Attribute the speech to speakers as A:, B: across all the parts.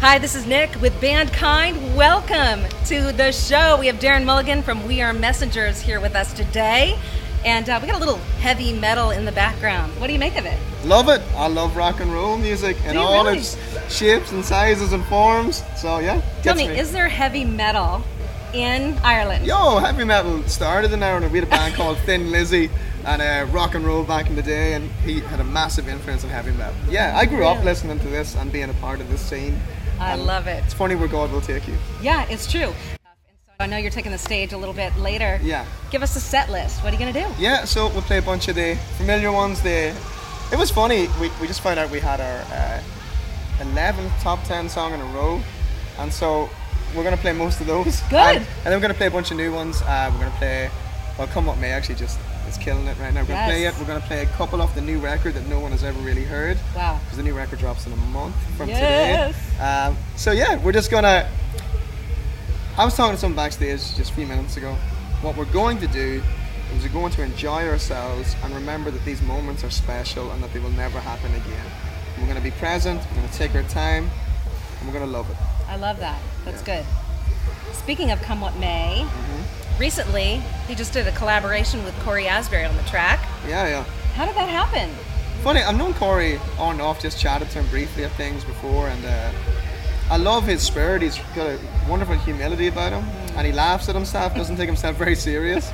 A: Hi, this is Nick with Band Kind. Welcome to the show. We have Darren Mulligan from We Are Messengers here with us today. And uh, we got a little heavy metal in the background. What do you make of it?
B: Love it. I love rock and roll music in
A: Do you
B: all
A: really?
B: its shapes and sizes and forms. So yeah,
A: Tell
B: gets
A: me,
B: me.
A: is there heavy metal in Ireland?
B: Yo, heavy metal started in Ireland. We had a band called Thin Lizzy and uh, rock and roll back in the day, and he had a massive influence on heavy metal. Yeah, I grew up
A: Really?
B: listening to this and being a part of this scene.
A: I
B: And
A: love it.
B: It's funny where God will take you.
A: Yeah, it's true. And so I know you're taking the stage a little bit later.
B: Yeah.
A: Give us a set list. What are you going to do?
B: Yeah, so we play a bunch of the familiar ones. The it was funny. We, we just found out we had our uh, 11th top 10 song in a row, and so we're gonna play most of those.
A: Good.
B: And, and then we're gonna play a bunch of new ones. Uh, we're gonna play. Well, come what may, actually, just it's killing it right now. We're gonna play
A: Yes.
B: it. We're gonna play a couple off the new record that no one has ever really heard.
A: Wow.
B: Because the new record drops in a month from
A: Yes.
B: today. Um, so yeah, we're just gonna I was talking to someone backstage just a few minutes ago. What we're going to do is we're going to enjoy ourselves and remember that these moments are special and that they will never happen again. We're going to be present, we're going to take our time, and we're going to love it.
A: I love that. That's good. Speaking of Come What May, recently he just did a collaboration with Corey Asbury on the track.
B: Yeah, yeah.
A: How did that happen?
B: Funny, I've known Corey on and off, just chatted to him briefly at things before, and uh, I love his spirit. He's got a wonderful humility about him, and he laughs at himself, doesn't take himself very serious.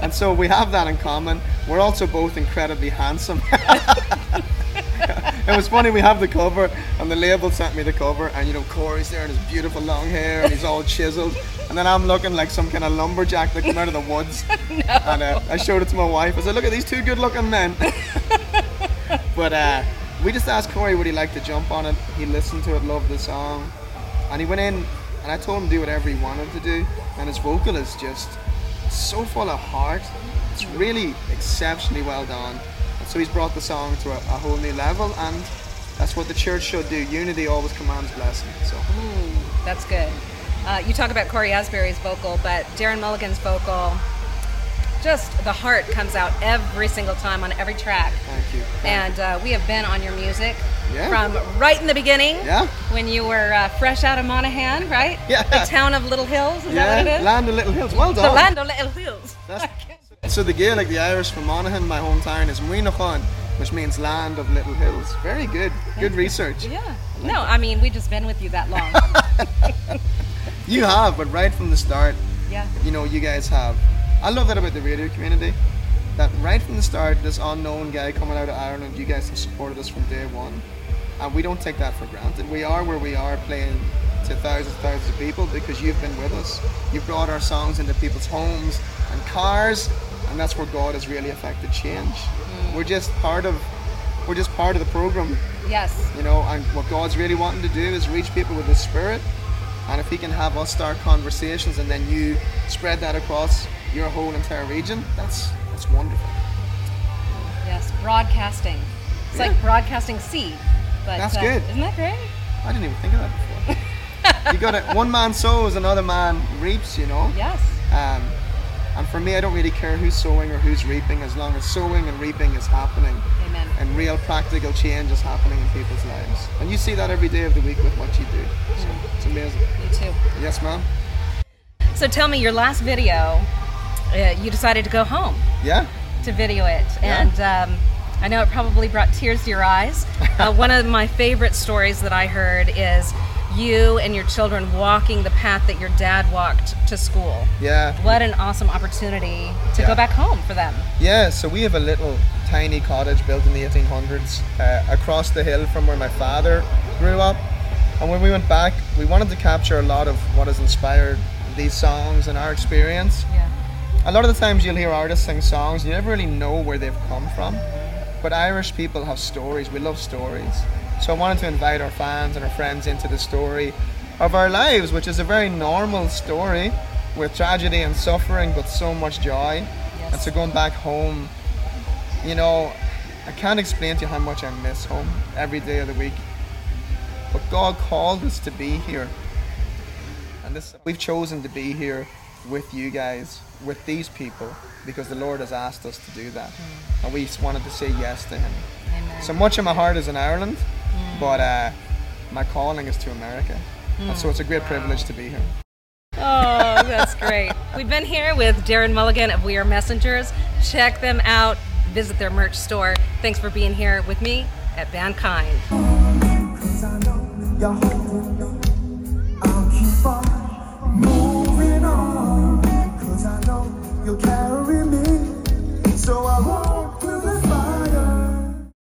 B: And so we have that in common. We're also both incredibly handsome. it was funny, we have the cover, and the label sent me the cover, and you know, Corey's there in his beautiful long hair, and he's all chiseled. And then I'm looking like some kind of lumberjack that came out of the woods. And uh, I showed it to my wife. I said, Look at these two good looking men. But uh, we just asked Corey would he like to jump on it. He listened to it, loved the song, and he went in. And I told him to do whatever he wanted to do. And his vocal is just so full of heart. It's really exceptionally well done. And so he's brought the song to a, a whole new level. And that's what the church should do. Unity always commands blessing. So
A: Ooh, that's good. Uh, you talk about Corey Asbury's vocal, but Darren Mulligan's vocal, just the heart comes out every single time on every track.
B: thank you.
A: And uh, we have been on your music
B: Yeah.
A: from right in the beginning
B: Yeah.
A: when you were uh, fresh out of Monahan, right?
B: Yeah.
A: The town of Little Hills, is
B: yeah,
A: that what it is?
B: Land of Little Hills. Well
A: the
B: done.
A: land of Little Hills.
B: That's- so the Gaelic, the Irish from Monaghan, my hometown, is Muinochan, which means land of little hills. Very good. Good research.
A: Yeah. No, I mean, we've just been with you that long.
B: You have, but right from the start,
A: yeah.
B: you know, you guys have. I love that about the radio community. That right from the start, this unknown guy coming out of Ireland, you guys have supported us from day one. And we don't take that for granted. We are where we are playing to thousands and thousands of people because you've been with us. You've brought our songs into people's homes and cars, and that's where God has really affected change. We're just part of we're just part of the program
A: Yes.
B: you know, and what God's really wanting to do is reach people with His Spirit. And if He can have us start conversations and then you spread that across your whole entire region, that's that's wonderful.
A: Yes. Broadcasting. It's like
B: Yeah.
A: broadcasting seed. But, uh,
B: That's good.
A: Isn't that great?
B: I didn't even think of that before. you got it. One man sows, another man reaps. You know.
A: Yes.
B: Um, and for me, I don't really care who's sowing or who's reaping, as long as sowing and reaping is happening,
A: Amen.
B: and real practical change is happening in people's lives. And you see that every day of the week with what you do. So it's amazing.
A: You too.
B: Yes, ma'am.
A: So tell me, your last video, uh, you decided to go home
B: Yeah.
A: to video it,
B: Yeah.
A: and um, I know it probably brought tears to your eyes. uh, one of my favorite stories that I heard is you and your children walking the path that your dad walked to school.
B: Yeah.
A: What an awesome opportunity to
B: Yeah.
A: go back home for them.
B: Yeah, so we have a little tiny cottage built in the 1800s uh, across the hill from where my father grew up. And when we went back, we wanted to capture a lot of what has inspired these songs and our experience.
A: Yeah.
B: A lot of the times you'll hear artists sing songs, you never really know where they've come from. But Irish people have stories, we love stories. So I wanted to invite our fans and our friends into the story of our lives, which is a very normal story with tragedy and suffering, but so much joy. And so going back home, you know, I can't explain to you how much I miss home every day of the week. But God called us to be here. And this we've chosen to be here with you guys, with these people, because the Lord has asked us to do that. And we just wanted to say yes to him.
A: Amen.
B: So much of my heart is in Ireland, but uh, my calling is to America. And so it's a great privilege to be here.
A: Oh, that's great. We've been here with Darren Mulligan of We Are Messengers. Check them out, visit their merch store. Thanks for being here with me at Bankind.
C: Cause I know you're holding on. I'll keep on moving.